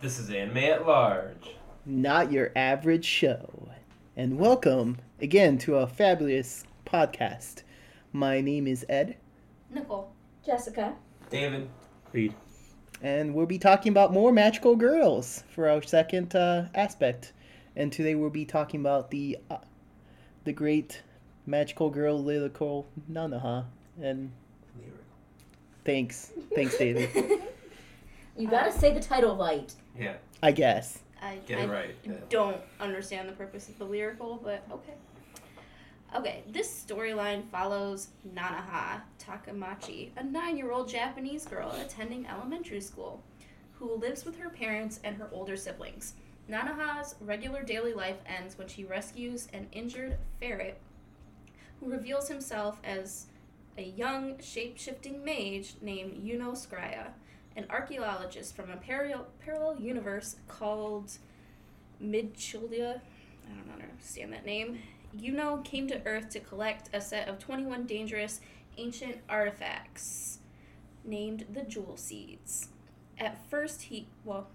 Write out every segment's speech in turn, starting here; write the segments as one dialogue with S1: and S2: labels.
S1: This is Anime at Large.
S2: Not your average show. And welcome again to a fabulous podcast. My name is Ed,
S3: Nicole. Jessica.
S1: David.
S4: Read.
S2: and we'll be talking about more magical girls for our second uh, aspect. And today we'll be talking about the uh, the great magical girl lyrical Nanaha. And thanks, thanks, David.
S3: You gotta
S5: Uh,
S3: say the title right.
S1: Yeah,
S2: I guess.
S5: I,
S1: get
S5: I
S1: it right. Yeah.
S5: don't understand the purpose of the lyrical, but okay. Okay, this storyline follows Nanaha Takamachi, a nine year old Japanese girl attending elementary school, who lives with her parents and her older siblings. Nanaha's regular daily life ends when she rescues an injured ferret who reveals himself as a young shape shifting mage named Yuno Skrya, an archaeologist from a parallel, parallel universe called Midchildia, I don't understand that name, Yuno came to Earth to collect a set of 21 dangerous ancient artifacts named the Jewel Seeds. At first, he, well,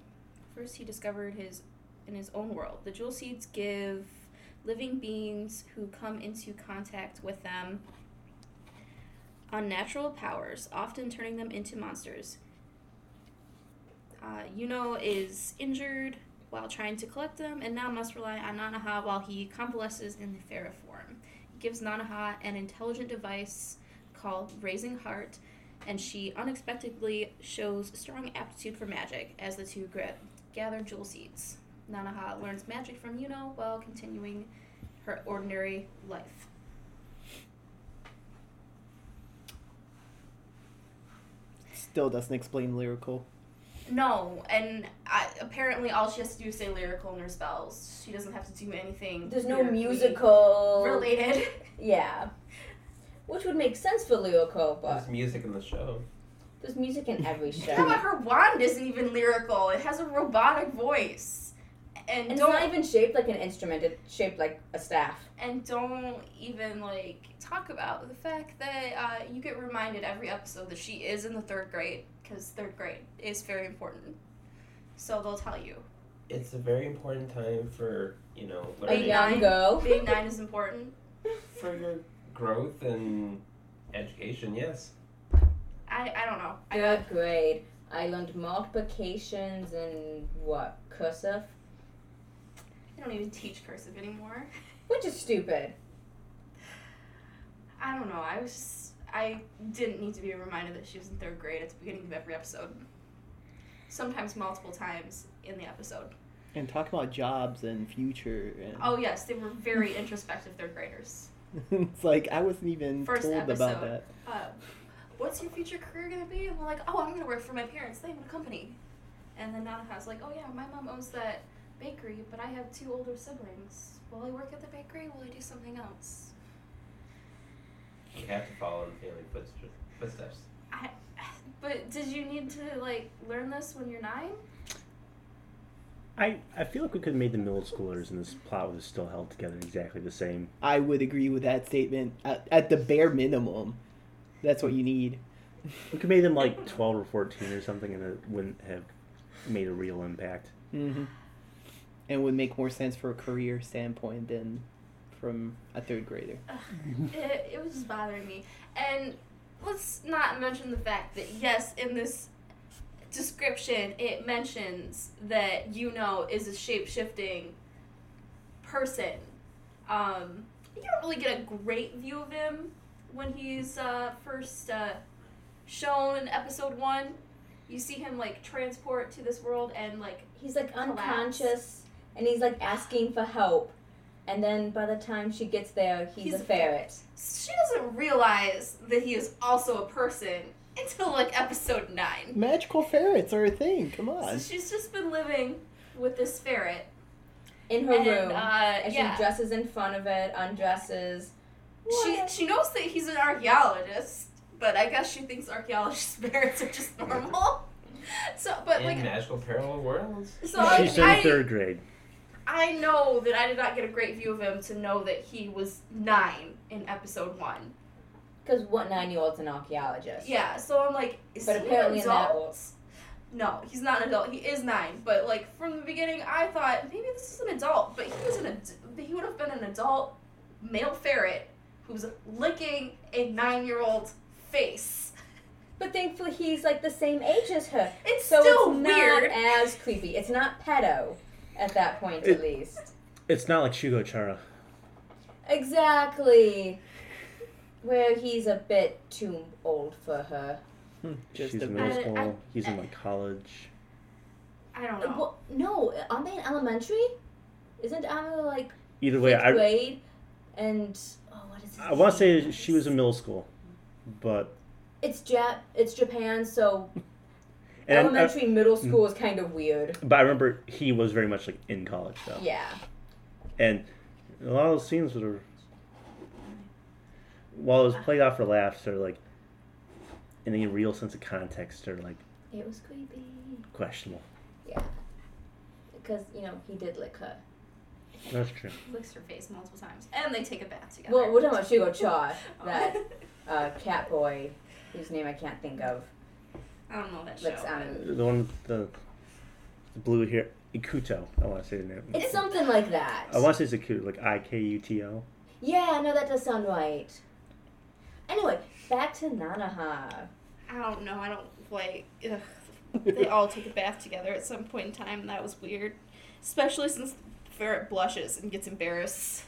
S5: first he discovered his, in his own world, the Jewel Seeds give living beings who come into contact with them unnatural powers, often turning them into monsters. Uh, Yuno is injured while trying to collect them and now must rely on Nanaha while he convalesces in the ferret form. He gives Nanaha an intelligent device called Raising Heart, and she unexpectedly shows strong aptitude for magic as the two gra- gather jewel seeds. Nanaha learns magic from Yuno while continuing her ordinary life.
S2: Still doesn't explain lyrical.
S5: No, and I, apparently all she has to do is say lyrical in her spells. She doesn't have to do anything.
S3: There's no
S5: lyrically
S3: musical.
S5: related.
S3: Yeah. Which would make sense for lyrical,
S1: There's
S3: but
S1: music in the show.
S3: there's music in every
S5: How about
S3: show.
S5: her wand isn't even lyrical? It has a robotic voice. And,
S3: And it's
S5: don't
S3: not even shaped like an instrument, it's shaped like a staff.
S5: and don't even like talk about the fact that uh, you get reminded every episode that she is in the third grade because third grade is very important. So they'll tell you
S1: It's a very important time for, you know,
S3: A
S1: learning
S5: Oh, yeah.
S3: young
S5: nine.
S3: girl.
S5: being nine is important.
S1: for your growth and education, yes.
S5: I, I don't know. I
S3: Third grade. I learned multiplications and what? Cursive?
S5: they don't even teach cursive anymore.
S3: Which is stupid.
S5: I don't know. I was just, I didn't need to be reminded that she was in third grade at the beginning of every episode. Sometimes multiple times in the episode.
S2: And talk about jobs and future. And...
S5: Oh yes, they were very introspective third graders.
S2: it's like I wasn't even
S5: First
S2: told about
S5: episode.
S2: that.
S5: Uh, what's your future career gonna be? And we're like, oh, I'm gonna work for my parents. They own a company. And then Nanaha's like, oh yeah, my mom owns that bakery, but I have two older siblings. Will I work at the bakery? Will I do something else?
S1: You have to follow in family footsteps. footsteps.
S5: But did you need to like learn this when you're nine?
S4: I, I feel like we could have made the middle schoolers and this plot was still held together exactly the same.
S2: I would agree with that statement. At, at the bare minimum, that's what you need.
S4: We could have made them like 12 or 14 or something and it wouldn't have made a real impact.
S2: Mm-hmm. And would make more sense for a career standpoint than from a third grader.
S5: it, it was just bothering me. And let's not mention the fact that yes, in this description, it mentions that you know is a shape shifting person. Um, you don't really get a great view of him when he's uh, first uh, shown in episode one. You see him like transport to this world and like
S3: He's like
S5: Collapse.
S3: unconscious and he's like asking for help. And then by the time she gets there, he's,
S5: He's
S3: a
S5: a
S3: ferret.
S5: she doesn't realize that he is also a person until like episode nine.
S2: Magical ferrets are a thing. Come on.
S5: So she's just been living with this ferret.
S3: In her
S5: And,
S3: room.
S5: uh,
S3: and
S5: yeah.
S3: she dresses in front of it, undresses.
S5: She, she knows that he's an archaeologist, but I guess she thinks archaeologist ferrets are just normal. So, but
S1: in
S5: like,
S1: magical parallel worlds.
S5: so I,
S4: She's in
S5: I,
S4: third grade.
S5: I know that I did not get a great view of him to know that he was nine in episode one.
S3: Because what nine year old's an archaeologist?
S5: Yeah, so I'm like, is
S3: But
S5: he an
S3: apparently in that
S5: adult?
S3: world-
S5: No, he's not an adult. He is nine. But like from the beginning, I thought maybe this is an adult. But he was an ad- he would have been an adult male ferret who's licking a nine year old's face.
S3: But thankfully, he's like the same age as her.
S5: It's
S3: so
S5: still
S3: it's
S5: weird.
S3: not as creepy. It's not pedo at that point,
S4: It-
S3: at least.
S4: It's not like Shugo Chara.
S3: Exactly. Where he's a bit too old for her.
S2: Just
S4: She's
S2: a
S4: in middle
S5: I-
S4: school.
S5: I-
S4: He's in like college.
S5: I don't know.
S3: Well, no, aren't they in elementary? Isn't Amira like
S4: Either way,
S3: fifth
S4: I
S3: grade? And oh, what is? His
S4: I want to say
S3: name?
S4: she was in middle school, but
S3: It's Jap. It's Japan, so
S4: and uh, mm-hmm. I-
S3: elementary, middle school is kind of weird.
S4: but I remember he was very much like in college
S1: Oh.
S4: though,
S3: Yeah.
S4: and a lot of those scenes were while it was played off for laughs, they're like in any real sense of context, they're like
S3: It was creepy.
S4: questionable.
S3: Yeah. Because, you know, he did lick her.
S4: That's true.
S5: Licks her face multiple times, and they take a bath together.
S3: Well, we're talking about Shugo Cha,
S5: Oh.
S3: that uh, cat boy whose name I can't think of.
S5: I don't know that show.
S3: Licks on.
S4: The one with the, the blue hair, Ikuto. I want to say the name.
S3: It's something like that.
S4: I want to say it's Ikuto, like I K U T O.
S3: Yeah, no, that does sound right. Anyway, back to Nanaha.
S5: I don't know. I don't like. Ugh. They all take a bath together at some point in time. and That was weird, especially since the ferret blushes and gets embarrassed.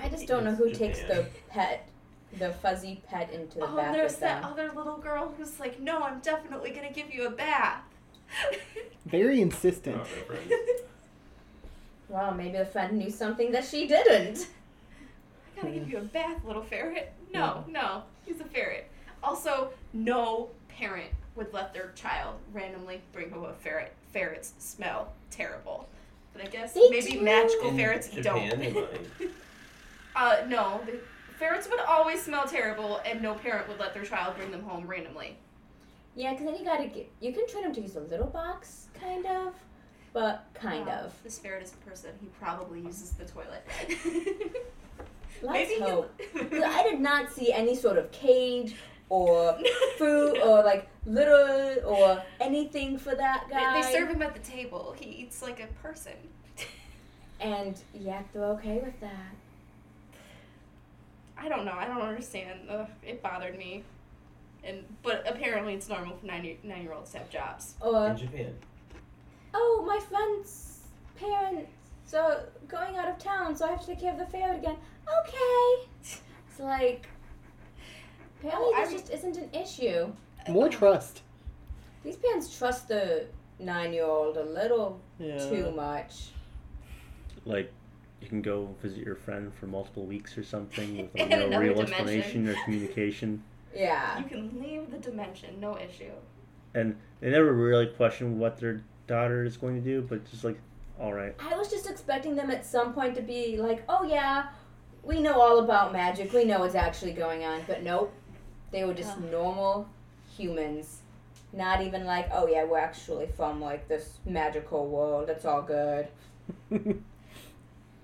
S3: I just don't know who
S1: It's Japan.
S3: takes the pet, the fuzzy pet into the
S5: Oh,
S3: bath
S5: there's
S3: with
S5: that
S3: them.
S5: other little girl who's like, "No, I'm definitely gonna give you a bath."
S2: Very insistent.
S1: Not reference.
S5: I
S3: Well, maybe the friend knew something that she didn't.
S5: gotta give you a bath, little ferret. No, no, he's a ferret. Also, no parent would let their child randomly bring home a ferret. Ferrets smell terrible. But I guess
S3: They
S5: maybe
S3: do.
S5: magical
S1: In
S5: ferrets
S1: Japan,
S5: don't.
S1: they might.
S5: Uh, no. The ferrets would always smell terrible, and no parent would let their child bring them home randomly.
S3: Yeah, because then you gotta get, you can train him to use a little box, kind of, but kind
S5: Wow,
S3: of.
S5: This ferret is a person. He probably uses the toilet.
S3: Let's
S5: Maybe
S3: hope.
S5: He...
S3: I did not see any sort of cage or food or like litter or anything for that
S5: They-
S3: guy.
S5: They serve him at the table. He eats like a person.
S3: And yeah, they're okay with that.
S5: I don't know. I don't understand. Ugh, it bothered me. And but apparently it's normal for nine year, nine year olds to have jobs.
S1: In
S3: Or
S1: Japan.
S3: oh, my friend's parents are going out of town, so I have to take care of the ferret again. Okay. It's like apparently
S5: Oh, I
S3: this
S5: re-
S3: just isn't an issue. Uh,
S2: More trust.
S3: These parents trust the nine-year-old a little
S2: Yeah.
S3: too much.
S4: Like you can go visit your friend for multiple weeks or something with
S5: In
S4: like, no
S5: another
S4: real
S5: dimension.
S4: explanation or communication.
S3: Yeah.
S5: You can leave the dimension, no issue.
S4: and they never really question what their daughter is going to do, but just like, all right,
S3: I was just expecting them at some point to be like, oh yeah, we know all about magic. We know what's actually going on. But nope. They were just
S5: Ugh.
S3: normal humans. Not even like, oh yeah, we're actually from like this magical world. It's all good. But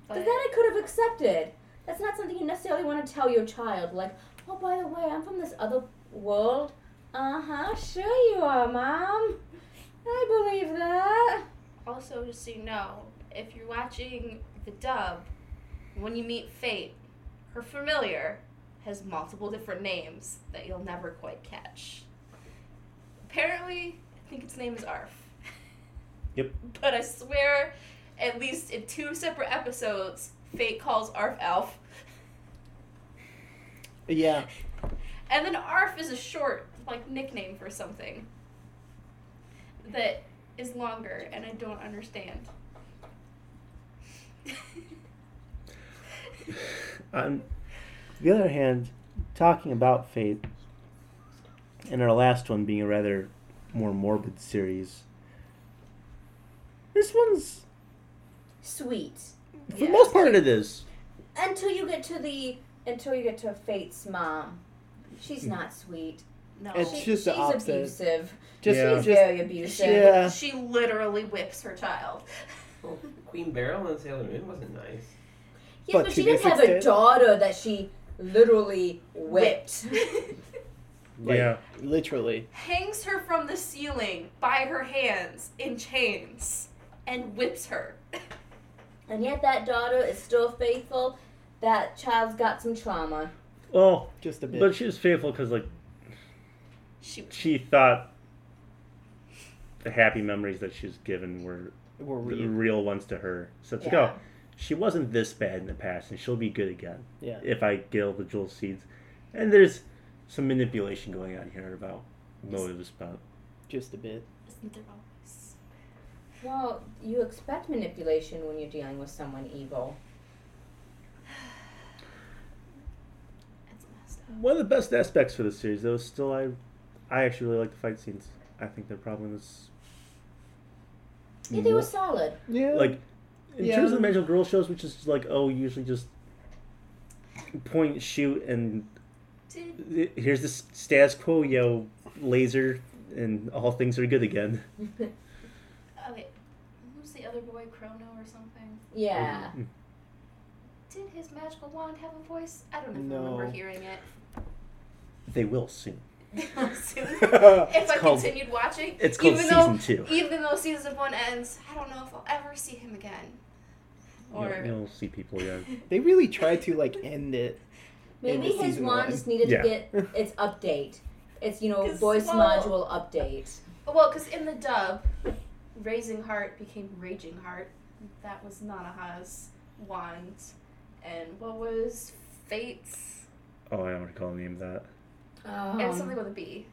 S5: But
S3: that I could have accepted. That's not something you necessarily want to tell your child. Like, oh, by the way, I'm from this other world. Uh huh, sure you are, Mom. I believe that.
S5: also, just so you know, if you're watching the dub, when you meet Fate, her familiar has multiple different names that you'll never quite catch. Apparently, I think its name is Arf.
S4: Yep.
S5: But I swear, at least in two separate episodes, Fate calls Arf Alf.
S2: Yeah.
S5: And then ARF is a short, like, nickname for something that is longer, and I don't understand.
S4: On the other hand, talking about fate, and our last one being a rather more morbid series, this one's,
S3: Sweet.
S4: for
S5: Yeah.
S4: the most part, it is.
S3: Until you get to the until you get to Fate's mom. She's not sweet.
S5: no.
S2: It's
S3: She-
S5: She,
S2: just the
S3: she's
S2: opposite.
S3: abusive.
S2: Just,
S4: Yeah.
S3: She's
S2: just
S3: very abusive.
S2: yeah.
S5: she literally whips her child.
S1: Well, Queen Beryl and Sailor Moon wasn't nice.
S3: Yes,
S2: But
S3: but
S2: to
S3: she
S2: be
S3: didn't have a
S2: fixed it.
S3: daughter that she literally whipped.
S5: Whipped.
S2: Like,
S4: yeah.
S2: Literally.
S5: hangs her from the ceiling by her hands in chains and whips her.
S3: And yet that daughter is still faithful. That child's got some trauma.
S4: Well,
S2: Just a bit.
S4: but she was faithful because like
S5: She
S4: she thought the happy memories that she was given were
S2: Were
S4: the
S2: re-
S4: real ones to her. So it's like,
S3: Yeah.
S4: oh, she wasn't this bad in the past, and she'll be good again
S2: yeah.
S4: if I get all the jewel seeds. And there's some manipulation going on here about motives, about
S2: Just a bit.
S5: isn't there always.
S3: Well, you expect manipulation when you're dealing with someone evil.
S5: It's messed up.
S4: one of the best aspects for the series. Though is still, I, I actually really like the fight scenes. I think the problem is,
S3: Yeah, they were
S2: Mm-hmm.
S3: solid.
S2: Yeah.
S4: like in
S2: Yeah.
S4: terms of the magical girl shows, which is like oh, usually just point shoot and
S5: Did
S4: th- here's the s- status quo, yo, laser, and all things are good again.
S5: oh wait, who's the other boy, Chrono or something?
S2: Mm-hmm.
S3: yeah.
S5: Did his magical wand have a voice? I don't know if I remember
S2: No.
S5: hearing it. Um,
S4: They will soon.
S5: Soon. if
S4: It's
S5: I
S4: called-
S5: continued watching,
S4: It's called
S5: even though
S4: season two.
S5: even though season one ends, I don't know if I'll ever see him again. Or
S4: You'll, you'll see people again.
S2: they really tried to like end it.
S3: Maybe
S2: Maybe
S3: his
S2: season
S3: wand
S2: one.
S3: just needed
S4: Yeah.
S3: to get its update. It's you know
S5: 'Cause,
S3: voice
S5: well-
S3: module update.
S5: Well, because in the dub, Raising Heart became Raging Heart. That was Nanaha's wand. And what was Fate's?
S4: Oh, I don't recall the name of that.
S3: Um,
S5: it was something with a B.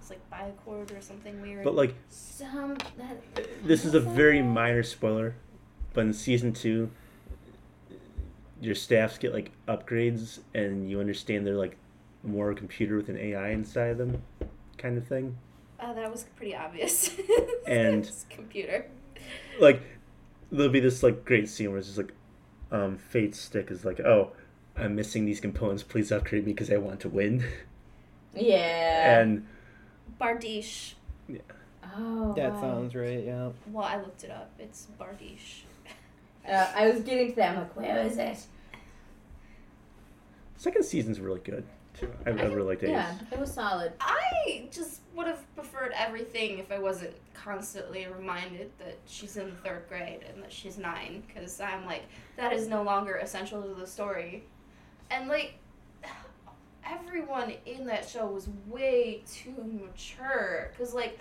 S5: It's like bicord or something weird.
S4: But like,
S3: some that
S4: this is a very minor spoiler, but in season two, your staffs get like upgrades, and you understand they're like more computer with an AI inside of them, kind of thing.
S5: Uh, that was pretty obvious.
S4: And-
S5: It's computer.
S4: like there'll be this like great scene where it's just like um fate stick is like oh i'm missing these components please upgrade me because i want to win
S3: yeah.
S4: and
S5: Bardiche.
S3: oh,
S2: That
S3: wow.
S2: sounds right. Yeah.
S5: Well, I looked it up. It's Bardiche.
S3: Uh, I was getting to that. I'm like, where is it?
S4: second season's really good too i, I
S5: I think-
S4: really like
S3: Yeah,
S4: that
S3: it was solid.
S5: I just would have preferred everything if I wasn't constantly reminded that she's in third grade and that she's nine, because I'm like, that is no longer essential to the story. And like, everyone in that show was way too mature, because like,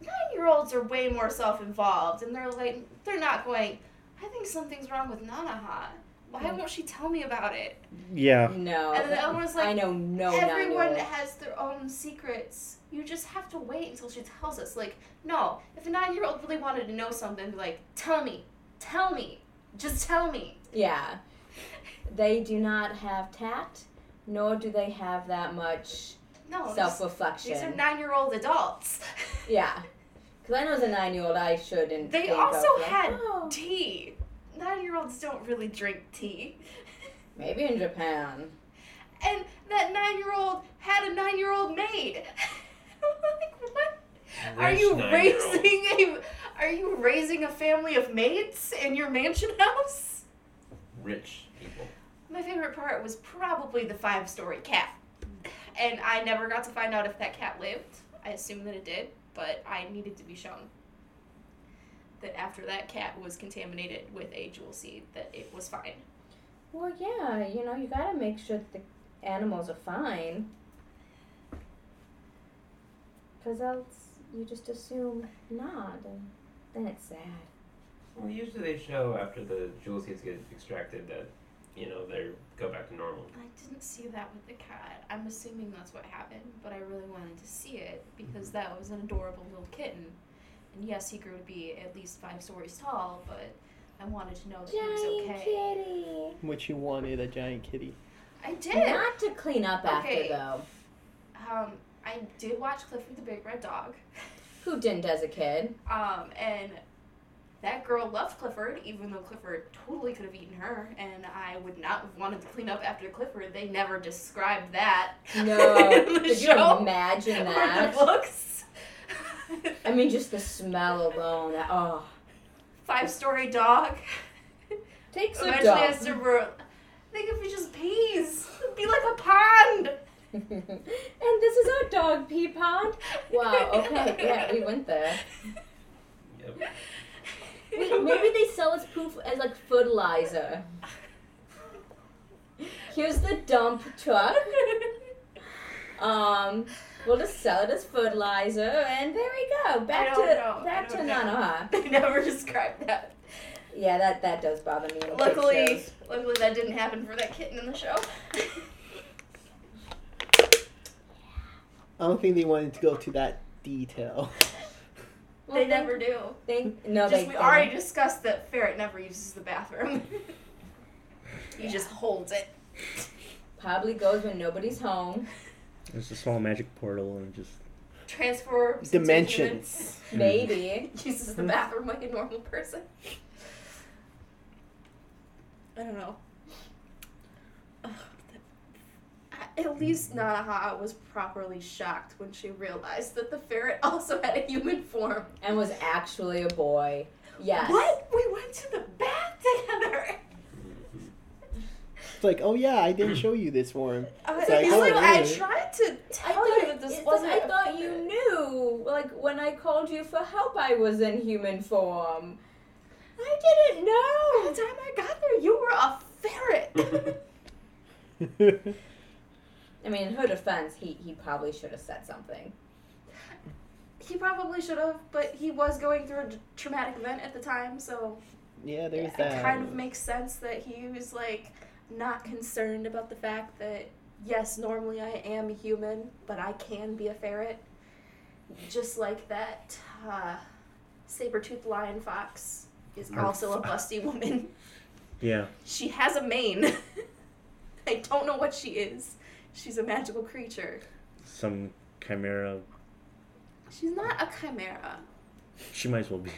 S5: nine year olds are way more self involved, and they're like, they're not going, I think something's wrong with Nanaha. Why won't she tell me about it?
S4: yeah
S3: No,
S5: And the other one's like,
S3: Oh, I know no
S5: Everyone
S3: nine-year-old.
S5: has their own secrets. You just have to wait until she tells us. Like, no, if a nine year old really wanted to know something, be like, tell me, tell me, just tell me.
S3: Yeah, they do not have tact, nor do they have that much
S5: No,
S3: self
S5: Oh, these, these are
S3: reflection.
S5: nine year old adults.
S3: Yeah, because I know as a nine year old, I shouldn't.
S5: They
S3: think of,
S5: also
S3: like,
S5: had
S3: "Oh,
S5: tea. Nine year olds don't really drink tea.
S3: maybe in Japan.
S5: And that nine year old had a nine year old maid. like, what? Are
S1: Rich
S5: you
S1: nine-year-old.
S5: raising a Are you raising a family of maids in your mansion house?
S1: Rich people.
S5: My favorite part was probably the five-story cat. And I never got to find out if that cat lived. I assume that it did, but I needed to be shown that after that cat was contaminated with a jewel seed that it was fine.
S3: Well, yeah, you know, you gotta make sure that the animals are fine. Because else you just assume not, and then it's sad.
S1: Well, usually they show after the jewel seeds get extracted that, you know, they go back to normal.
S5: I didn't see that with the cat. I'm assuming that's what happened, but I really wanted to see it because that was an adorable little kitten. And yes, he grew to be at least five stories tall, but I wanted to know that he was
S3: Giant
S5: okay.
S3: kitty!
S2: What you wanted a giant kitty.
S5: I did.
S3: Not to clean up after,
S5: Okay.
S3: though.
S5: Um, I did watch Clifford the Big Red Dog.
S3: Who didn't as a kid?
S5: Um, and that girl loved Clifford, even though Clifford totally could have eaten her, and I would not have wanted to clean up after Clifford. They never described that.
S3: No.
S5: in the
S3: Could you
S5: show
S3: imagine
S5: or the
S3: that?
S5: books.
S3: I mean, just the smell alone. that- Oh.
S5: Five story dog.
S3: Takes a
S5: Eventually
S3: dog.
S5: has to. Ro- I think if we just peas, it'd be be like a pond.
S3: and this is our dog pee pond. Wow. Okay. Yeah, we went there.
S1: Yep.
S3: Wait, maybe they sell us poop as like fertilizer. Here's the dump truck. Um, we'll just sell it as fertilizer, and there we go. Back to
S5: don't know.
S3: back
S5: I
S3: to
S5: don't know.
S3: Nanoha.
S5: They never described that.
S3: Yeah, that that does bother me. when kids
S5: Luckily,
S3: shows.
S5: luckily that didn't happen for that kitten in the show.
S2: I don't think they wanted to go to that detail.
S3: Well,
S5: they
S3: thank-
S5: never do.
S3: Thank no,
S5: Just
S3: they
S5: we
S3: don't.
S5: already discussed that ferret never uses the bathroom. he just holds it.
S3: probably goes when nobody's home.
S4: There's a small magic portal and just
S5: Transforms
S2: Dimensions.
S4: Mm.
S3: Maybe.
S5: into humans, uses
S3: Hmm.
S5: the bathroom like a normal person. I don't know. Ugh, that- At least
S3: Hmm.
S5: Nanaha was properly shocked when she realized that the ferret also had a human form.
S3: and was actually a boy. Yes.
S5: What? We went to the bath together.
S1: Mhm.
S2: It's like, oh yeah, I didn't show you this form.
S5: I,
S2: It's like,
S5: he's
S2: oh,
S5: like, Uh, I
S2: really?
S5: tried to
S3: I
S5: tell you
S3: thought,
S5: that this
S3: it's like,
S5: wasn't.
S3: I
S5: a
S3: thought you
S5: ferret."
S3: knew. Like when I called you for help, I was in human form. I didn't
S5: By
S3: know.
S5: the time I got there, you were a ferret.
S3: I mean, in her defense, he he probably should have said something.
S5: he probably should have, but he was going through a d- traumatic event at the time, so
S2: yeah, there's
S5: it
S2: that.
S5: kind of makes sense that he was like not concerned about the fact that yes, normally I am a human, but I can be a ferret, just like that uh, saber-toothed lion fox is
S4: Or
S5: also a
S4: fo-
S5: busty woman.
S4: yeah.
S5: She has a mane. I don't know what she is. She's a magical creature.
S4: Some chimera.
S5: She's not a chimera.
S4: She might as well be.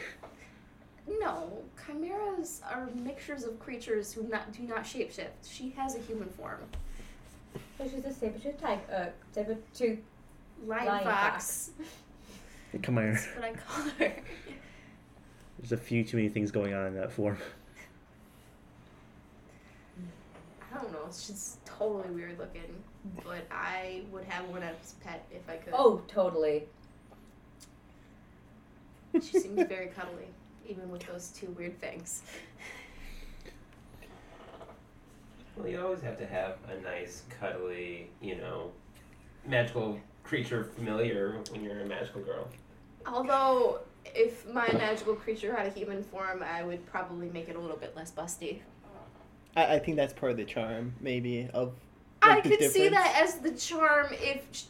S5: No, chimeras are mixtures of creatures who not do not shapeshift. She has a human form.
S3: Which is a saber-tooth tiger, uh, saber-tooth
S5: Lion,
S3: Lion
S5: fox.
S4: A chimera.
S5: That's what I call her.
S4: There's a few too many things going on in that form.
S5: I don't know. She's totally weird looking, but I would have one as a pet if I could.
S3: Oh, totally.
S5: She seems very cuddly, even with those two weird things.
S1: Well, you always have to have a nice, cuddly, you know, magical creature familiar when you're a magical girl.
S5: Although, if my magical creature had a human form, I would probably make it a little bit less busty.
S2: I, I think that's part of the charm, maybe, of
S5: I
S2: Like the
S5: could see that
S2: difference?
S5: as the charm if sh-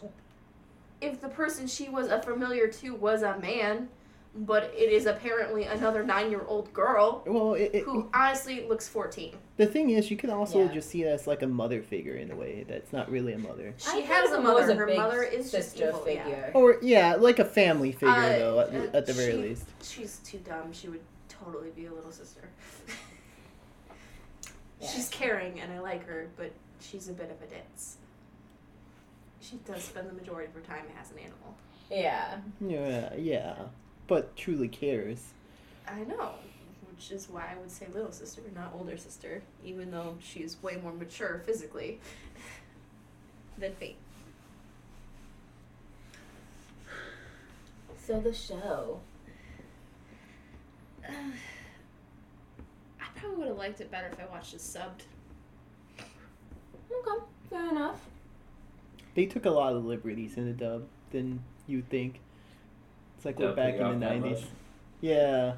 S5: if the person she was a familiar to was a man, but it is apparently another nine year old girl
S2: well, it, it,
S5: who honestly looks fourteen.
S2: the thing is, you can also
S3: Yeah.
S2: just see it as like a mother figure in a way that's not really a mother,
S5: She
S3: I
S5: has
S3: thought
S5: a
S3: it was
S5: mother. Her
S3: big
S5: mother is just
S3: sister
S5: evil. yeah.
S3: figure.
S2: or yeah, like a family figure
S5: Uh,
S2: though, at,
S5: uh,
S2: at the very
S5: she-
S2: least.
S5: She's too dumb. She would totally be a little sister.
S3: Yeah.
S5: She's caring and I like her, but she's a bit of a ditz. She does spend the majority of her time as an animal.
S3: Yeah.
S2: Yeah, yeah, but truly cares.
S5: I know, which is why I would say little sister, not older sister, even though she's way more mature physically than Fate.
S3: So the show.
S5: I probably would have liked it better if I watched it subbed.
S3: Okay. Fair enough.
S2: They took a lot of liberties in the dub than you'd think. It's like we're
S1: Don't
S2: back
S1: pay off
S2: in the
S1: that
S2: '90s.
S1: much.
S2: Yeah,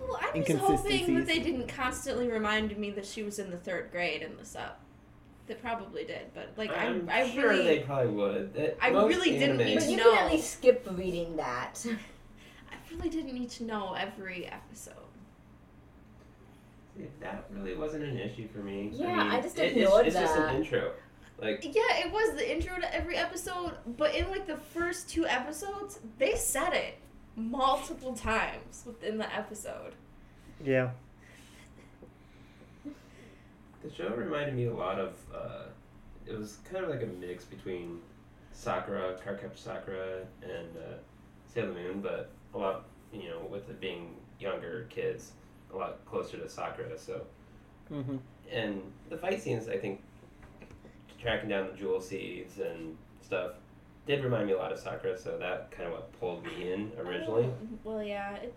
S5: Well, I was hoping that
S2: Inconsistencies.
S5: they didn't constantly remind me that she was in the third grade in the sub. They probably did, but like I,
S1: I'm
S5: I
S1: sure
S5: really,
S1: they probably would. That-
S5: I
S1: most
S5: really didn't
S1: anime-
S5: mean
S3: But
S5: to-
S3: you
S5: No.
S3: can at least skip reading that.
S5: I really didn't need to know every episode.
S1: That really wasn't an issue for me.
S3: Yeah,
S1: I, mean,
S3: I just
S1: it- it's-
S3: ignored
S1: it's, just
S3: that.
S1: an intro. Like,
S5: Yeah, it was the intro to every episode, but in like the first two episodes, they said it multiple times within the episode.
S4: Yeah.
S1: the show reminded me a lot of. Uh, it was kind of like a mix between Sakura, Cardcaptor Sakura, and uh, Sailor Moon, but a lot, you know, with it being younger kids, a lot closer to Sakura. So,
S2: hmm
S1: and the fight scenes, I think, tracking down the jewel seeds and stuff did remind me a lot of Sakura, so that kind of what pulled me in originally.
S5: Oh, Well, yeah, it,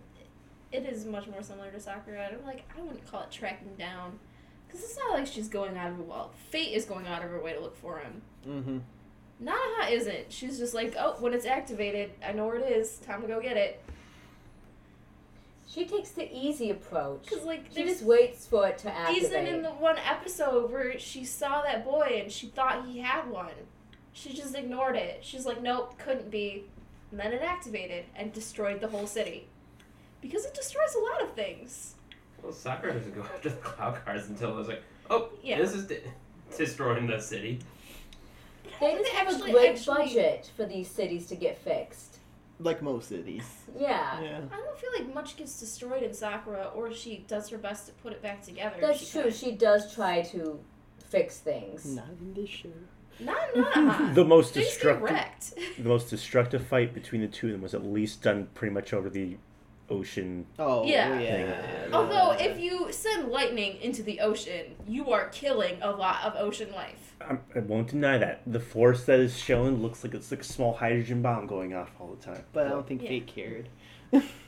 S5: it is much more similar to Sakura. And I'm like, I wouldn't call it tracking down. Because it's not like she's going out of her well. Fate is going out of her way to look for him.
S2: Mm-hmm.
S5: Nanaha isn't. She's just like, oh, when it's activated, I know where it is. Time to go get it.
S3: She takes the easy approach.
S5: Because, like,
S3: She
S5: there's
S3: just waits for it to activate.
S5: season in the one episode where she saw that boy and she thought he had one. She just ignored it. She's like, nope, couldn't be. And then it activated and destroyed the whole city. Because it destroys a lot of things.
S1: Well, Sakura doesn't go after the cloud cars until it was like, oh,
S5: Yeah.
S1: this is de- destroying the city.
S3: they just have
S5: Actually-
S3: a great
S5: actually-
S3: budget for these cities to get fixed.
S2: Like most cities.
S3: Yeah.
S2: Yeah.
S5: I don't feel like much gets destroyed in Sakura, or she does her best to put it back together. if she
S3: That's true.
S5: can.
S3: She does try to fix things.
S2: Not in this show.
S5: Not Nanaha.
S4: The most
S5: Things get
S4: destructive, Uh,
S5: wrecked.
S4: the most destructive fight between the two of them was at least done pretty much over the ocean.
S2: Oh
S5: Yeah.
S2: yeah.
S5: Although, if you send lightning into the ocean, you are killing a lot of ocean life.
S4: I, I won't deny that the force that is shown looks like it's like a small hydrogen bomb going off all the time.
S2: But I don't think
S5: Yeah.
S2: Fate cared.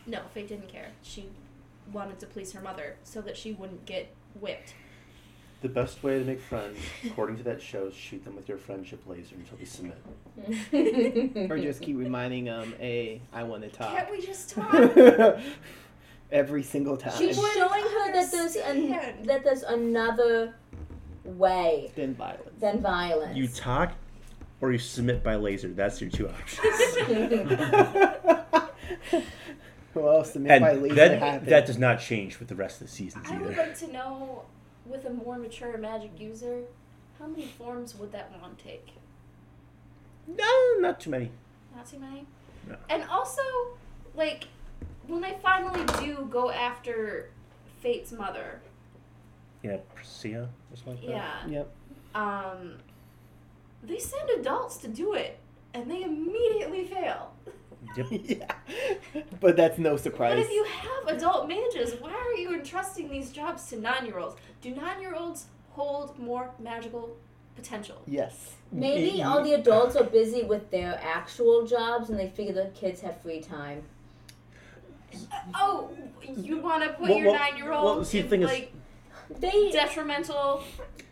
S5: No, Faye didn't care. She wanted to please her mother so that she wouldn't get whipped.
S4: The best way to make friends, according to that show, is shoot them with your friendship laser until they submit.
S2: Or just keep reminding um, "Hey, I want to
S5: Can't
S2: talk."
S5: we just talk?
S2: Every single time.
S3: She's
S5: wouldn't
S3: showing her that there's an,
S5: understand.
S3: that there's another way
S2: Then violence.
S3: than violence.
S4: You talk or you submit by laser. That's your two options.
S2: well, submit
S4: and
S2: by laser
S4: that,
S2: happened.
S4: that does not change with the rest of the seasons
S5: I would
S4: either.
S5: like to know, with a more mature magic user, how many forms would that wand take?
S4: No, not too many.
S5: Not too many.
S4: No.
S5: And also, like, when I finally do go after Fate's mother,
S4: Yeah, Priscilla or something like that.
S5: yeah,
S2: Yep.
S5: um, they send adults to do it, and they immediately fail.
S4: Yep.
S2: yeah. But that's no
S5: But
S2: surprise.
S5: if you have adult mages, why are you entrusting these jobs to nine-year-olds? Do nine-year-olds hold more magical potential?
S2: Yes. Mm-hmm.
S3: Maybe all the adults are busy with their actual jobs and they figure the kids have free time.
S5: Oh, you want to put
S4: Well,
S5: your
S4: well,
S5: nine-year-old
S4: well, see, the
S5: in
S4: thing is-
S5: like
S3: They
S5: detrimental?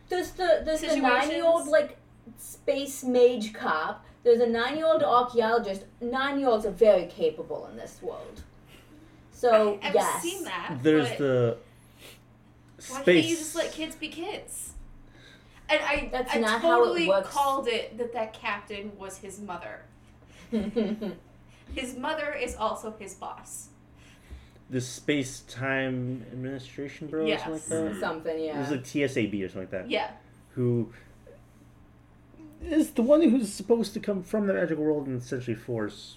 S3: there's the there's the
S5: Situations.
S3: nine year old like space mage cop. There's a nine year old archaeologist. Nine year olds are very capable in this world. So
S5: I've
S3: yes,
S5: seen that.
S4: There's
S5: but-
S4: the
S5: Why
S4: space.
S5: can't you just let kids be kids? And I,
S3: That's
S5: I
S3: not how it
S5: totally
S3: works.
S5: called it that that captain was his mother. His mother is also his boss.
S4: the Space Time Administration Bureau or
S5: Yes.
S4: something like that.
S3: something.
S4: It
S3: Yeah,
S4: was like TSAB or something like that.
S5: Yeah.
S4: Who is the one who's supposed to come from the magical world and essentially force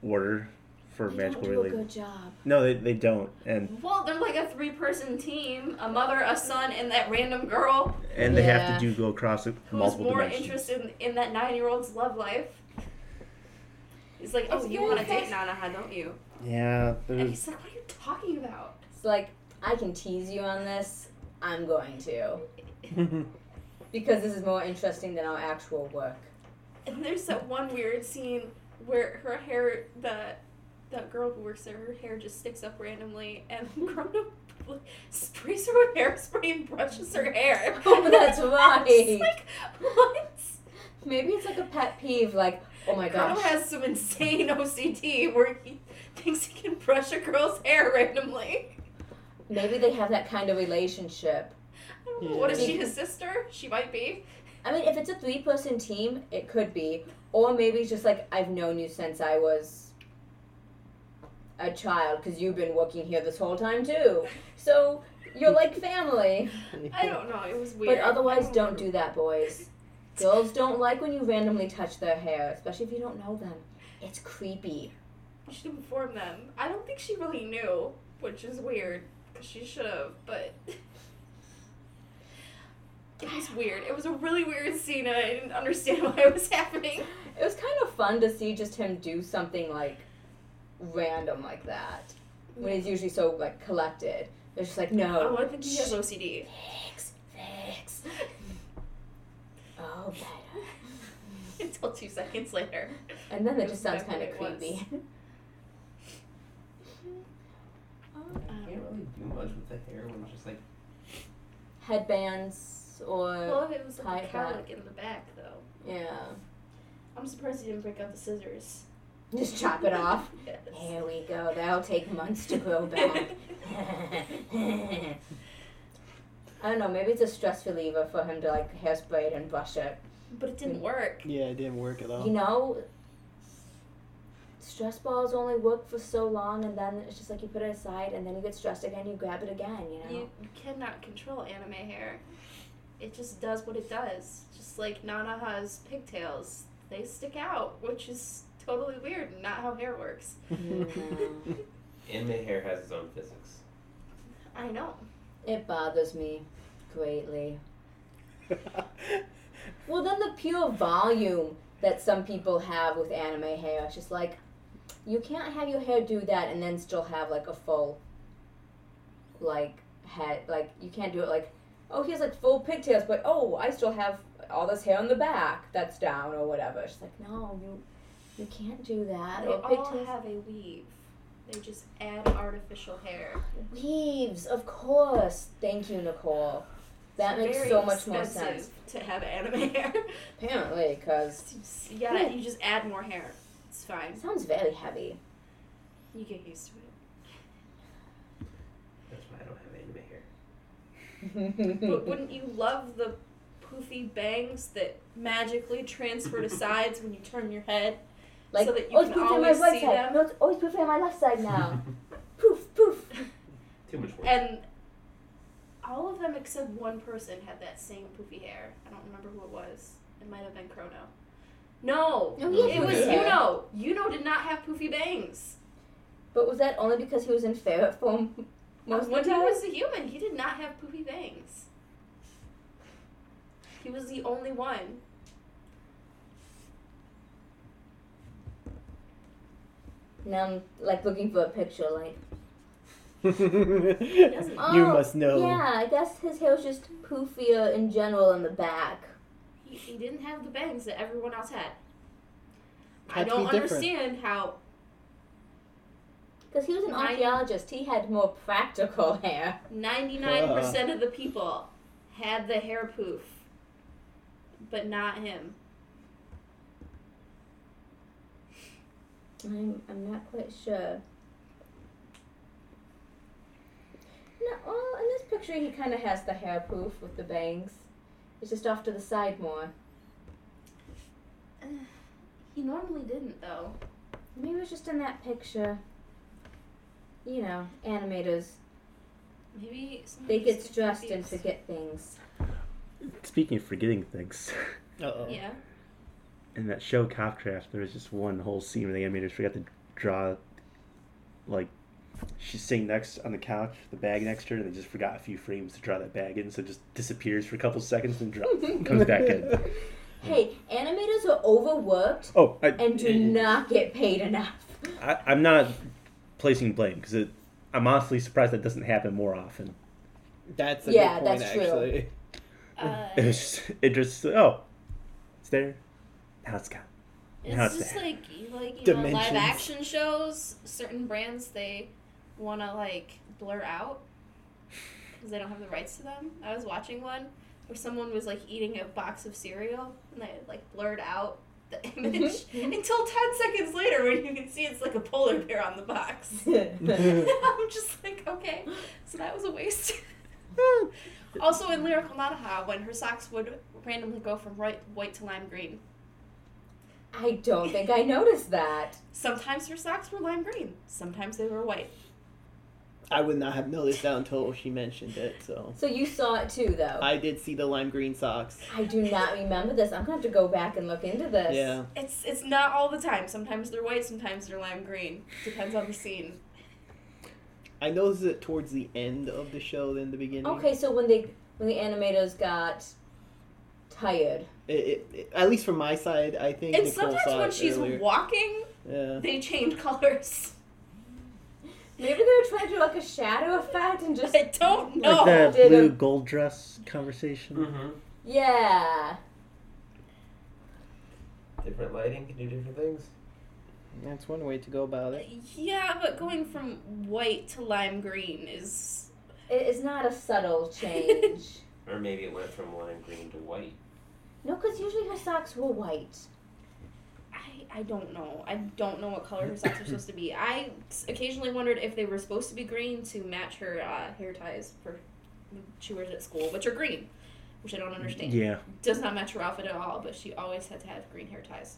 S4: order for
S3: They
S4: magical
S3: don't do a
S4: related.
S3: good job.
S4: No, they, they don't. And
S5: Well, they're like a three person team a mother, a son, and that random girl
S4: and they have
S3: Yeah.
S4: to do go across it-
S5: who's
S4: multiple
S5: more
S4: dimensions.
S5: interested in, in that nine year old's love life. He's like, Oh,
S3: It's
S5: you
S3: very
S5: want to date
S3: fast-
S5: Nanaha, don't you?
S4: Yeah,
S5: And
S4: there's
S5: he's like, What are you talking about?
S3: It's like I can tease you on this. I'm going to because this is more interesting than our actual work.
S5: And there's that one weird scene where her hair, the that girl who works there, her hair just sticks up randomly, and grown up sprays her with hairspray and brushes her hair.
S3: Oh, that's right.
S5: It's like what?
S3: Maybe it's like a pet peeve. Like oh my
S5: Grown
S3: gosh,
S5: up has some insane OCD where he thinks he can brush a girl's hair randomly.
S3: maybe they have that kind of relationship.
S5: I don't know. What is
S3: Yeah.
S5: she? His sister? She might be.
S3: I mean, if it's a three person team, it could be. Or maybe it's just like, I've known you since I was a child because you've been working here this whole time too. So you're like family.
S5: I don't know. It was weird.
S3: But otherwise, don't do that, boys. Girls don't like when you randomly touch their hair, especially if you don't know them. It's creepy.
S5: You should inform them. I don't think she really knew, which is weird because she should have, but it was weird. It was a really weird scene, and I didn't understand why it was happening.
S3: It was kind of fun to see just him do something like random like that when he's usually so like collected. It's just like,
S5: I
S3: no,
S5: want to think he has OCD.
S3: fix, fix. Oh, better.
S5: Until two seconds later.
S3: And then that
S5: It
S3: just
S5: was
S3: sounds kind of
S5: exactly what it
S3: creepy.
S1: I can't really do much with the hair when it's just like
S3: Headbands or
S5: Well, if it was like a
S3: Tie it
S5: cowlick in the back, though.
S3: yeah,
S5: I'm surprised you didn't break out the scissors.
S3: just chop it off.
S5: Yes.
S3: Here we go. That'll take months to grow back. I don't know. Maybe it's a stress reliever for him to like hairspray it and brush it.
S5: but it didn't work.
S2: Yeah, it didn't work at all.
S3: You know, stress balls only work for so long, and then it's just like you put it aside, and then you get stressed again. You grab it again. You know.
S5: You cannot control anime hair. It just does what it does. Just like Nanaha's pigtails, they stick out, which is totally weird and not how hair works.
S3: Yeah.
S1: anime hair has its own physics.
S5: I know.
S3: It bothers me greatly. Well, then the pure volume that some people have with anime hair, it's just like, you can't have your hair do that and then still have like a full, like, head. Like, you can't do it like, oh, here's like full pigtails, but oh, I still have all this hair on the back that's down or whatever. It's just like, no, you, you can't do that.
S5: They
S3: Or
S5: all
S3: pigtails.
S5: have a weave. They just add artificial hair.
S3: Weaves, of course. Thank you, Nicole. That
S5: It's
S3: makes
S5: very
S3: so much more
S5: expensive
S3: sense.
S5: to have anime hair.
S3: Apparently, because
S5: yeah, you just add more hair. It's fine.
S3: it sounds very heavy.
S5: You get used to it.
S1: That's why I don't have anime hair.
S3: Mm-hmm.
S5: But wouldn't you love the poofy bangs that magically transfer to sides when you turn your head?
S3: like,
S5: so that you
S3: always
S5: can
S3: poofing on my
S5: always
S3: right
S5: see
S3: side.
S5: them?
S3: No, it's always poofing on my left side now. poof, poof.
S1: Too much work.
S5: And all of them except one person had that same poofy hair. I don't remember who it was. It might have been Chrono. No!
S3: No,
S1: he had
S5: It was
S1: poofy
S3: hair.
S5: Yuno! Yuno did not have poofy bangs.
S3: But was that only because he was in ferret form most
S5: when
S3: of the
S5: he
S3: time?
S5: was a human, he did not have poofy bangs. He was the only one.
S3: Now I'm like looking for a picture, like.
S2: you
S3: Oh,
S2: must know.
S3: Yeah, I guess his hair was just poofier in general in the back.
S5: He, he didn't have the bangs that everyone else had. I
S2: Had to be
S5: don't
S2: different.
S5: understand how
S3: Because he was an
S5: Mine-
S3: archaeologist, he had more practical hair.
S2: Uh-huh.
S5: 99% of the people had the hair poof, but not him.
S3: I'm, I'm not quite sure. No, well, in this picture, he kind of has the hair poof with the bangs. It's just off to the side more.
S5: He normally didn't, though.
S3: Maybe it's just in that picture. You know, animators,
S5: Maybe some
S3: they get stressed and forget things.
S4: Speaking of forgetting things,
S2: Uh-oh.
S5: Yeah.
S4: in that show Copcraft, there was just one whole scene where the animators forgot to draw, like, she's sitting next on the couch, the bag next to her, and they just forgot a few frames to draw that bag in, so it just disappears for a couple seconds and drops, comes back in.
S3: Hey, animators are overworked
S4: Oh, I,
S3: and do
S1: Yeah.
S5: Mm-hmm.
S3: not get paid enough.
S4: I, I'm not placing blame because I'm honestly surprised that doesn't happen more often.
S2: That's a
S3: Yeah,
S2: good point,
S3: that's true.
S2: actually.
S5: Uh,
S4: It was just, it just oh, it's there, now it's gone. Now it's
S5: it's just
S4: there.
S5: like, you- like you know, live
S2: Dimensions.
S5: action shows, certain brands, they want to, like, blur out because they don't have the rights to them. I was watching one where someone was, like, eating a box of cereal, and they, like, blurred out the image until 10 seconds later when you can see it's, like, a polar bear on the box. I'm just like, okay, so that was a waste. also, in Lyrical Nanaha, when her socks would randomly go from right, white to lime green,
S3: I don't think I noticed that.
S5: sometimes her socks were lime green, sometimes they were white.
S2: I would not have noticed that until she mentioned it, so.
S3: So you saw it too, though. I,
S2: I did see the lime green socks.
S3: do not remember this. I'm gonna have to go back and look into this.
S2: Yeah.
S5: It's it's not all the time. Sometimes they're white, sometimes they're lime green. Depends on the scene.
S2: I noticed it towards the end of the show than the beginning.
S3: Okay, so when they when the animators got tired,
S2: It, it, it- at least from my side, I think.
S5: And
S2: Nicole
S5: sometimes
S2: saw
S5: when
S2: it
S5: she's
S2: earlier.
S5: walking,
S2: Yeah.
S5: they change colors.
S3: maybe they were trying to do like a shadow effect and just
S5: Oh, I Mm-hmm. don't
S4: Like
S5: know.
S4: that
S3: Did
S4: blue
S3: it-
S4: gold dress conversation.
S1: Mm-hmm.
S3: yeah.
S1: Different lighting can do different things.
S2: That's one way to go about it.
S5: Yeah, but going from white to lime green is.
S3: It is not a subtle change.
S1: Or maybe it went from lime green to white.
S3: no, because usually her socks were white.
S5: I, I don't know. I don't know what color her socks are supposed to be. I s- occasionally wondered if they were supposed to be green to match her uh, hair ties for she wears at school, which are green, which I don't understand.
S4: Yeah.
S5: Does not match her outfit at all, but she always had to have green hair ties.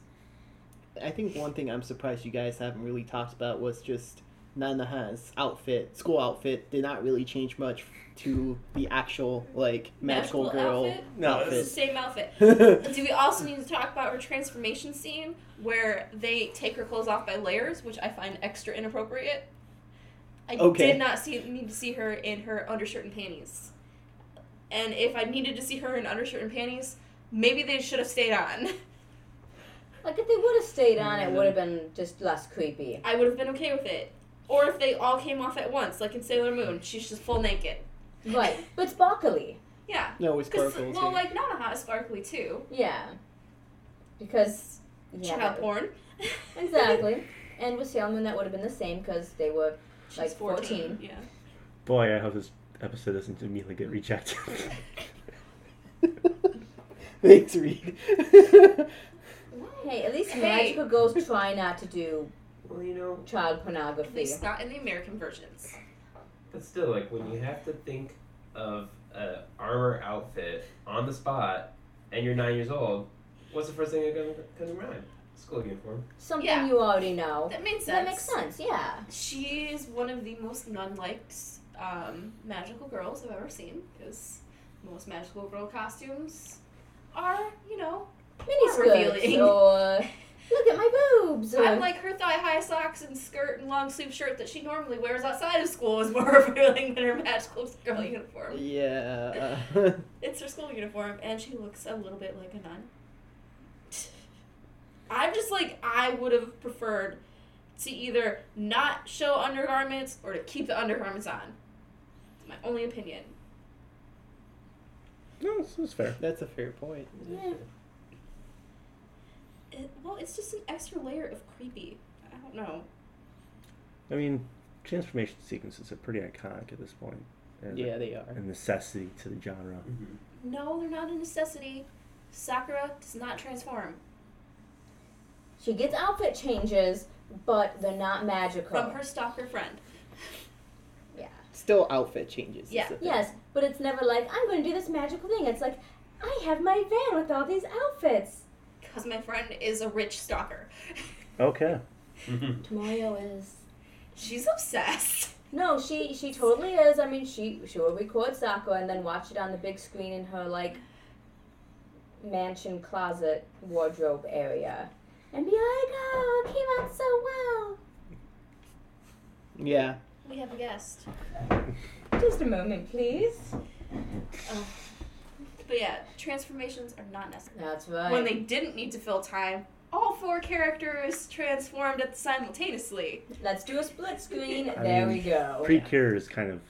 S2: I think one thing I'm surprised you guys haven't really talked about was just Nanaha's outfit, school outfit, did not really change much to the actual like magical, girl.
S5: outfit.
S4: No,
S5: It's the
S2: outfit.
S5: same outfit. Do we also need to talk about her transformation scene where they take her clothes off by layers, which I find extra inappropriate? I
S2: Okay.
S5: did not see need to see her in her undershirt and panties. And if I needed to see her in undershirt and panties, maybe they should have stayed on.
S3: Like if they would have stayed on, it
S2: Mhm.
S3: would have been just less creepy.
S5: I would have been okay with it. Or if they all came off at once, like in Sailor Moon, she's just full naked.
S3: Right, but sparkly.
S5: Yeah.
S2: no, it's
S5: Because,
S2: purple.
S5: well, like, Nanaha is sparkly too.
S3: Yeah, because yeah,
S5: Child
S3: that-
S5: porn.
S3: exactly. And with Sailor Moon, that would have been the same because they were
S5: She's
S3: Like 14.
S5: Yeah.
S4: Boy, I hope this episode doesn't immediately get rejected.
S2: Thanks, Reed.
S3: hey, at least
S5: Hey.
S3: magical girls try not to do
S1: Well, you know,
S3: child
S5: At
S3: pornography.
S5: least not in the American versions.
S1: but still, like when you have to think of a armor outfit on the spot, and you're nine years old, what's the first thing that comes comes to mind? School uniform.
S3: Something
S5: Yeah.
S3: you already know.
S5: That makes sense.
S3: That makes sense. Yeah.
S5: She is one of the most non-liked um, magical girls I've ever seen because most magical girl costumes are, you know,
S3: Mini skirts
S5: revealing.
S3: or look at my boobs. Or,
S5: I like her thigh-high socks and skirt and long sleeve shirt that she normally wears outside of school is more revealing than her magical girl uniform.
S2: yeah. uh,
S5: It's her school uniform, and she looks a little bit like a nun. I'm just like, I would have preferred to either not show undergarments or to keep the undergarments on. It's my only opinion.
S4: no, this is fair.
S2: that's a fair point.
S3: Yeah.
S5: It, well, it's just an extra layer of creepy. I don't know.
S4: I mean, transformation sequences are pretty iconic at this point. They're
S2: Yeah, they are.
S4: A necessity to the genre.
S1: Mhm.
S5: No, they're not a necessity. Sakura does not transform
S3: she gets outfit changes, but they're not magical.
S5: from her stalker friend.
S3: yeah.
S2: Still outfit changes. is
S5: Yeah.
S2: the thing.
S3: Yes, but it's never like I'm going to do this magical thing. It's like I have my van with all these outfits.
S5: Because my friend is a rich stalker.
S4: Okay.
S3: Tomorrow is.
S5: She's obsessed.
S3: No, she she totally is. I mean, she she will record Sakura and then watch it on the big screen in her like mansion closet wardrobe area, and be like, "Oh, it came out so well."
S2: Yeah.
S5: We have a guest.
S3: Just a moment, please.
S5: But yeah, transformations are not necessary.
S3: That's right.
S5: when they didn't need to fill time, all four characters transformed at simultaneously.
S3: Let's do a split screen.
S4: I
S3: there
S4: mean,
S3: we go.
S4: Precure is kind of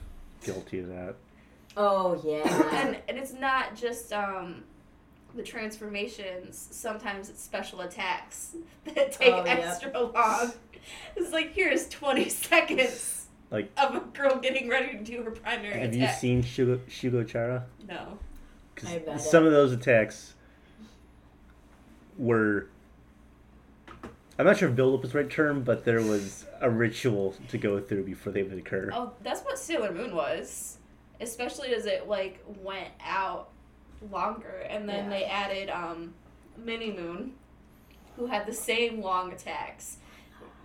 S4: guilty of that.
S3: oh yeah.
S5: and, and it's not just um, the transformations, sometimes it's special attacks that take
S3: Oh, yeah.
S5: extra long. It's like, here's 20 seconds
S4: Like-
S5: of a girl getting ready to do her primary
S4: Have you
S5: attack.
S4: seen Shugo, Shugo Chara?
S5: no.
S3: I bet
S4: Because some of those attacks were. I'm not sure if build up is the right term, but there was a ritual to go through before they would occur.
S5: Oh, that's what Sailor Moon was. Especially as it like went out longer, and then
S3: Yeah.
S5: they added um, Mini Moon, who had the same long attacks,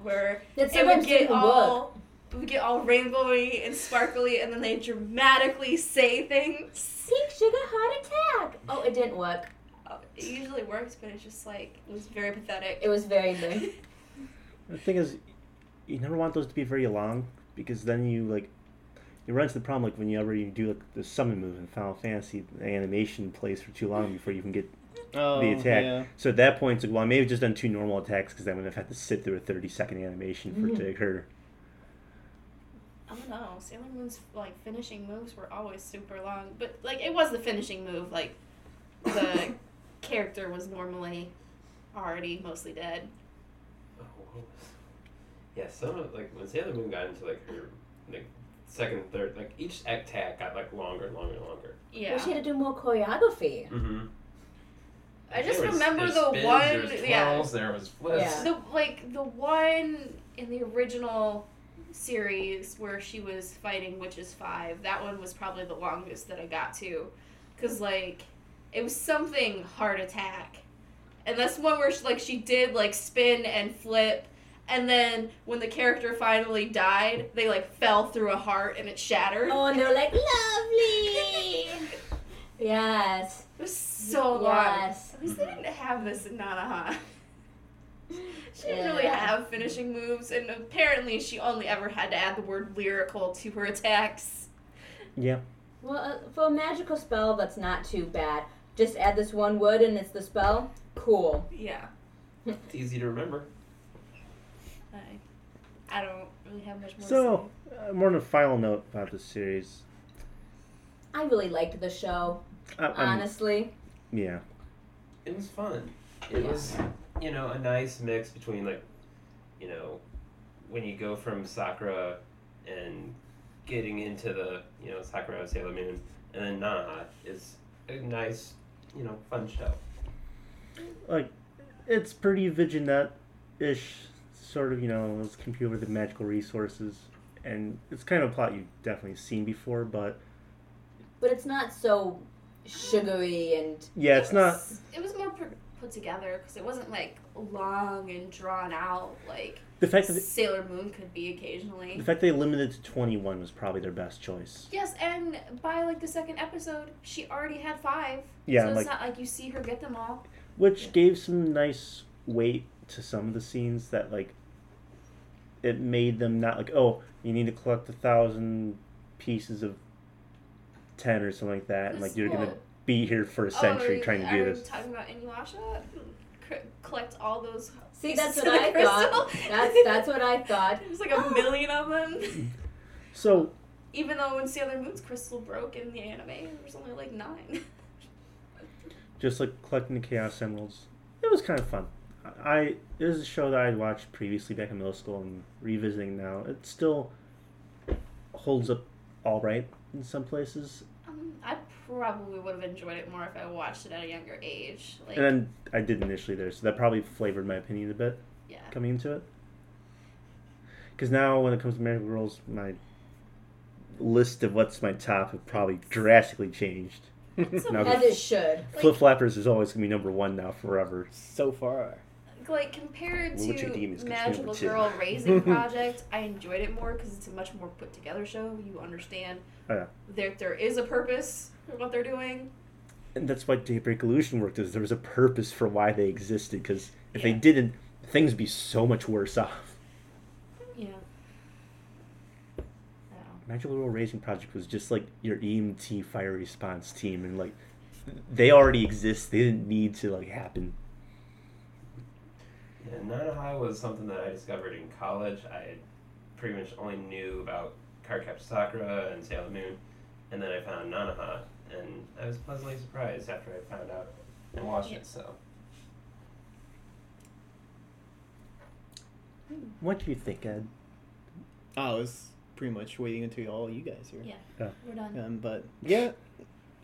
S5: where
S3: That
S5: it would
S3: sometimes
S5: get
S3: didn't work.
S5: all it would get all rainbowy and sparkly, and then they dramatically say things.
S3: Pink sugar heart attack. Oh, it didn't work.
S5: Uh, It usually works, but it's just like it was very pathetic.
S3: It was very lame.
S4: The thing is, you never want those to be very long because then you like you run into the problem like whenever you do like the summon move in Final Fantasy, the animation plays for too long before you can get.
S2: Oh,
S4: The attack.
S2: Yeah.
S4: So at that point, it's like, well, I may have just done two normal attacks because I would have had to sit through a thirty second animation for it to occur.
S5: I don't know. Sailor Moon's like finishing moves were always super long, but like it was the finishing move. Like the character was normally already mostly dead.
S1: Oh, what was? Yeah, some of like when Sailor Moon got into like her like second, third, like each attack got like longer and longer and longer.
S5: Yeah.
S3: We should have to do more choreography.
S1: Mm-hmm.
S5: I just remember the one-
S1: There was
S5: yeah.
S1: twirls, There was flips.
S3: Yeah.
S5: The like the one in the original series where she was fighting Witches Five. That one was probably the longest that I got to, cause like it was something heart attack, and that's one where she, like she did like spin and flip. And then when the character finally died, they like fell through a heart and it shattered.
S3: Oh, and they were like, lovely! yes.
S5: It was so long.
S3: yes.
S5: At least they didn't have this in Nanaha. she didn't
S3: Yeah.
S5: really have finishing moves, and apparently she only ever had to add the word lyrical to her attacks.
S4: Yeah.
S3: Well, uh, for a magical spell, that's not too bad. Just add this one word and it's the spell. Cool.
S5: Yeah.
S1: It's easy to remember.
S5: I, I don't really have much more
S4: So, uh, more on a final note about this series.
S3: I really liked the show,
S4: I, I'm-
S3: honestly.
S4: yeah.
S1: It was fun. It was, you know, a nice mix between like, you know, when you go from Sakura and getting into the, you know, Sakura Sailor Moon and then Nanaha is a nice, you know, fun show.
S4: It's pretty vignette ish, sort of, you know, let's compete with the magical resources. And it's kind of a plot you've definitely seen before, but
S3: But it's not so sugary and.
S4: yeah, it's not.
S5: It was more put, put together because it wasn't like long and drawn out like
S4: The fact that
S5: Sailor Moon could be
S4: the
S5: occasionally.
S4: fact they limited to 21 was probably their best choice.
S5: Yes, and by like the second episode, she already had five.
S4: Yeah,
S5: so it's
S4: like-
S5: not like you see her get them all.
S4: which gave some nice weight to some of the scenes that like it made them not like oh you need to collect a thousand pieces of 10 or something like that and like
S5: This-
S4: you're gonna
S5: well- oh,
S4: be here for a century
S5: are,
S4: trying to do
S5: are
S4: this
S5: we talking about Inuyasha? C- collect all those.
S3: See, that's
S5: pieces
S3: what
S5: of
S3: I
S5: crystal?
S3: thought. That's, that's what I thought.
S5: There's like a
S3: Oh.
S5: million of them.
S4: so
S5: Even though when Sailor Moon's crystal broke in the anime, there was only like nine.
S4: just like collecting the chaos emeralds it was kind of fun i it was a show that i watched previously back in middle school and revisiting now it still holds up all right in some places
S5: Um, I probably would have enjoyed it more if I watched it at a younger age. Like,
S4: and then i did initially there so that probably flavored my opinion a bit
S5: yeah.
S4: coming into it. Because now, when it comes to American Girls, my list of what's my top have probably drastically changed.
S5: It's a
S4: No,
S3: As it should.
S5: Like-
S4: Flip Flappers is always gonna be number one now forever.
S2: So far.
S5: like compared
S4: Well, Witch
S5: to
S4: Academia is considered
S5: Magical
S4: number two.
S5: Girl Raising Project, I enjoyed it more because it's a much more put together show. You understand
S4: Oh, yeah.
S5: that there is a purpose for what they're doing.
S4: And that's why Daybreak Illusion worked. Is there was a purpose for why they existed? Because if they
S5: Yeah.
S4: didn't, things would be so much worse off.
S5: Yeah. I don't know.
S4: Magical Girl Raising Project was just like your EMT fire response team, and like they already exist. They didn't need to like happen.
S1: Yeah, Nanaha was something that I discovered in college. I pretty much only knew about Cardcaptor Sakura and Sailor Moon, and then I found Nanaha, and I was pleasantly surprised after I found out and watched it. So
S4: What do you think, Ed?
S2: I was pretty much waiting until all you guys here.
S5: We're done.
S2: Um, but yeah,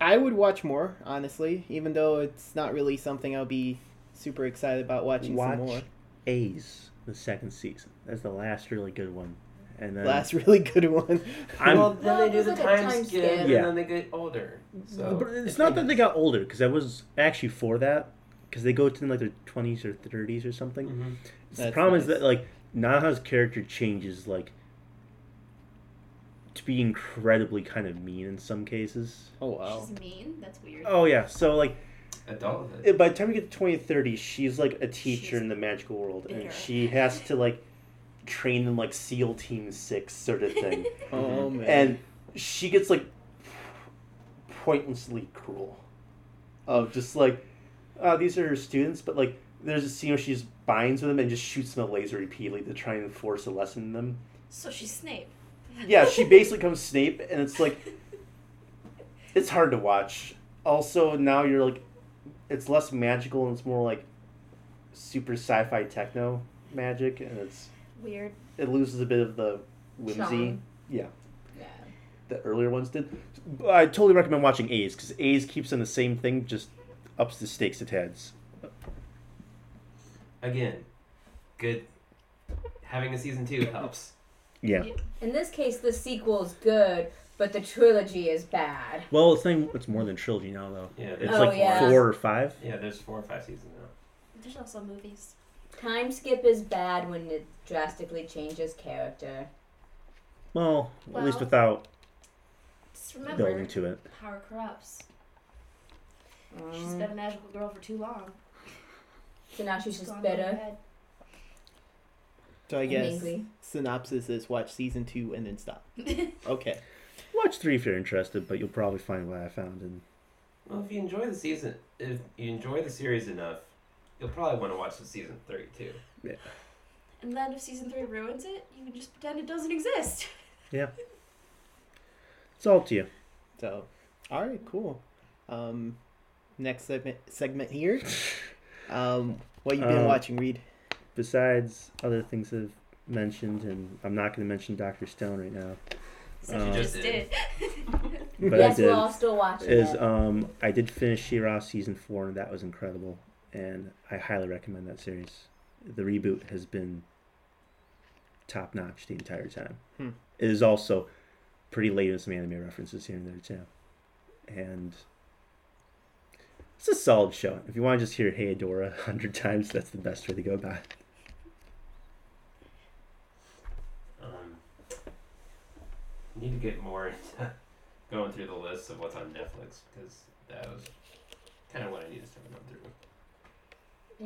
S2: I would watch more honestly, even though it's not really something I'll be super excited about watching
S4: Watch
S2: some more.
S4: A's the second season. That's the last really good one. And then
S2: Last really good one.
S4: I'm-
S1: well, then
S3: Well,
S1: they do
S3: there's
S1: the
S3: like a
S1: time,
S3: time
S1: skip,
S3: skip.
S4: Yeah.
S1: and then they get older. So
S4: But it's not that they got older because I was actually for that because they go to like their twenties or thirties or something.
S1: Mhm.
S4: It's the
S2: Mm-hmm. That's
S4: problem is
S2: nice.
S4: that like Naha's character changes like to be incredibly kind of mean in some cases.
S2: oh wow.
S5: She's mean. That's weird.
S4: Oh yeah, so like
S1: adulthood.
S4: by the time you get to 20 30 she's like a teacher
S5: She's
S4: in the magical world
S5: bitter.
S4: and she has to like train them like seal team six sort of thing
S2: Oh man.
S4: and she gets like pointlessly cruel of just like uh, these are her students but like there's a scene where she just binds with them and just shoots them a laser repeatedly to try and force a lesson in them
S5: so she's Snape.
S4: yeah she basically comes snape and it's like it's hard to watch also now you're like it's less magical and it's more like super sci-fi techno magic, and it's
S5: Weird.
S4: it loses a bit of the whimsy
S3: Charm.
S4: Yeah.
S3: Yeah.
S4: that earlier ones did. But I totally recommend watching A's because A's keeps on the same thing, just ups the stakes a tads.
S1: Again, good. Having a season two helps.
S4: Yeah.
S3: In this case, the sequel's good, but the trilogy is bad.
S4: Well, it's not, even- it's more than trilogy now though.
S1: Yeah,
S4: It's
S1: there's-
S3: Oh,
S4: like
S3: yeah.
S4: four or five.
S1: Yeah, there's four or five seasons now.
S5: There's also movies.
S3: Time skip is bad when it drastically changes character.
S4: Well, at least
S5: Well,
S4: without
S5: Just remember,
S4: building to it.
S5: power corrupts. She's
S4: Mm.
S3: Um,
S5: been a magical girl for too long.
S3: so now she's just
S5: Gone
S3: better.
S5: bad.
S2: So I
S3: and
S2: guess
S3: angry.
S2: synopsis is watch season two and then stop. Okay.
S4: Watch three if you're interested, but you'll probably find what I found. And
S1: Well, if you enjoy the season, if you enjoy the series enough, you'll probably want to watch the season three too.
S5: And then if season three ruins it, you can just pretend it doesn't exist.
S4: it's all up to you.
S2: So, all right, cool. Um, next segment segment here. Um, what you been
S4: Um,
S2: watching, Reed?
S4: Besides other things I've mentioned, and I'm not going to mention Doctor Stone right now,
S5: Except
S4: Uh,
S5: you just
S1: Just
S5: did.
S1: did.
S4: but
S3: yes,
S4: I
S3: we're
S4: did.
S3: all still watching
S4: is
S3: it.
S4: um I did finish She-Ra season four and that was incredible, and I highly recommend that series. The reboot has been top notch the entire time.
S2: Hmm.
S4: It is also pretty late in some anime references here and there too, and it's a solid show. If you want to just hear Hey Adora a hundred times, that's the best way to go about it.
S1: Um, need to get more into going through the list of what's on Netflix because that was kind of what I needed to start going through.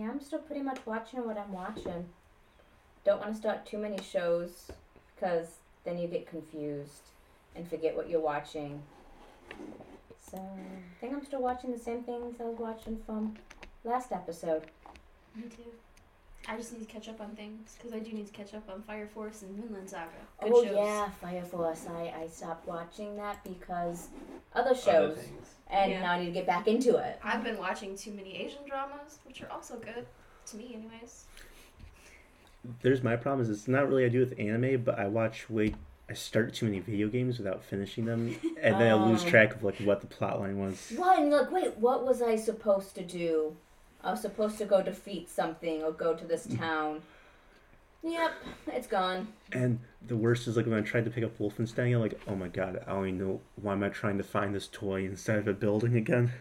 S3: Yeah, I'm still pretty much watching what I'm watching. Don't want to start too many shows because then you get confused and forget what you're watching. So, I think I'm still watching the same things I was watching from last episode.
S5: Me too. I just need to catch up on things because I do need to catch up on Fire Force and Moonland Saga. Good
S3: oh,
S5: shows.
S3: yeah, Fire Force. I, I stopped watching that because other shows.
S1: Other things.
S3: and
S5: Yeah.
S3: now I need to get back into it.
S5: I've been watching too many Asian dramas, which are also good to me, anyways.
S4: There's my problem is it's not really I do with anime, but I watch way I start too many video games without finishing them, and then I lose
S3: Oh.
S4: track of like what the plot line was.
S3: Well, and like, wait, what was I supposed to do? I was supposed to go defeat something or go to this town. Yep, it's gone.
S4: And the worst is like when I tried to pick up Wolfenstein, I'm like, oh my god, I only know why am I trying to find this toy inside of a building again?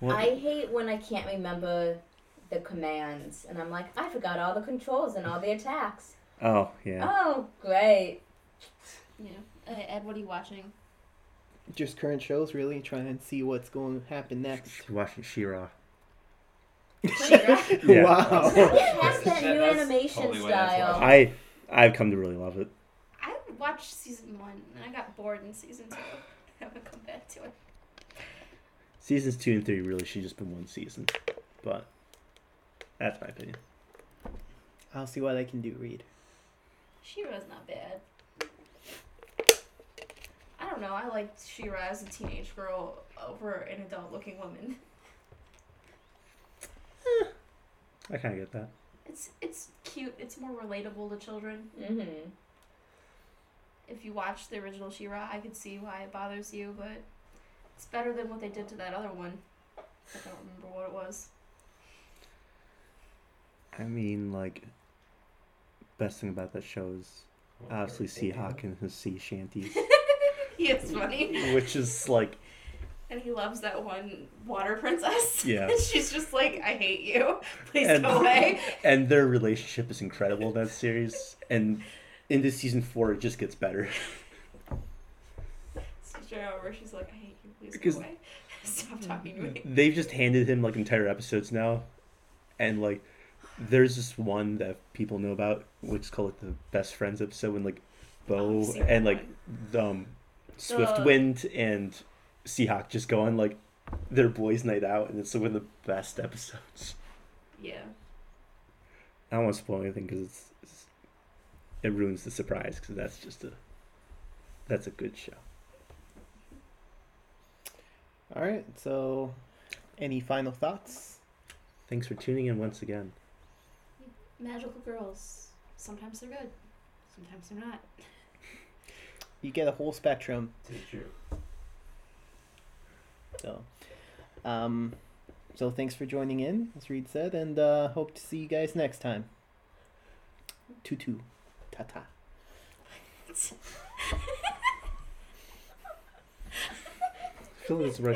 S4: What?
S3: I hate when I can't remember the commands, and I'm like, I forgot all the controls and all the attacks.
S4: Oh yeah.
S3: Oh, great.
S5: Yeah. Uh, Ed, what are you watching?
S2: Just current shows, really. Trying and see what's going to happen next.
S4: She's watching Shira.
S5: Shira.
S4: Yeah.
S2: Wow.
S3: Get past that
S1: That-
S3: new
S1: that's
S3: animation
S1: totally what I was
S3: style.
S1: watching.
S4: I I've come to really love it.
S5: I watched season one and I got bored in season two. I haven't come back to it.
S4: Seasons two and three really should just been one season, but that's my opinion.
S2: I'll see what I can do, Reed.
S5: Shira's not bad. I don't know. I liked Shira as a teenage girl over an adult-looking woman.
S4: I kind of get that.
S5: It's it's cute. It's more relatable to children.
S3: Mm-hmm.
S5: If you watch the original Shira, I could see why it bothers you, but it's better than what they did to that other one. I don't remember what it was.
S4: I mean, like, best thing about that show is obviously Seahawk and his sea shanties,
S5: He is funny,
S4: which is like,
S5: and he loves that one water princess.
S4: Yeah.
S5: and she's just like, "I hate you. Please
S4: And-
S5: go away."
S4: and their relationship is incredible in that series, and into season four it just gets better.
S5: Sarah, where she's like, I hate you, please
S4: Because-
S5: go away. Stop talking to me.
S4: they've just handed him like entire episodes now and like there's this one that people know about which is called like, the best friends episode when like
S5: Oh,
S4: bo
S5: I've seen
S4: and
S5: that
S4: like the, um, swiftwind and seahawk just go on like their boys night out and it's like one of the best episodes
S5: Yeah.
S4: i don't want to spoil anything because it's, it's it ruins the surprise because that's just a that's a good show
S2: All right. So, any final thoughts?
S4: Thanks for tuning in once again.
S5: Magical girls. Sometimes they're good. Sometimes they're not.
S2: You get a whole spectrum.
S1: Too true.
S2: So, um, so thanks for joining in, as Reed said, and uh, hope to see you guys next time. Tutu, ta ta.
S4: I feel like it's rush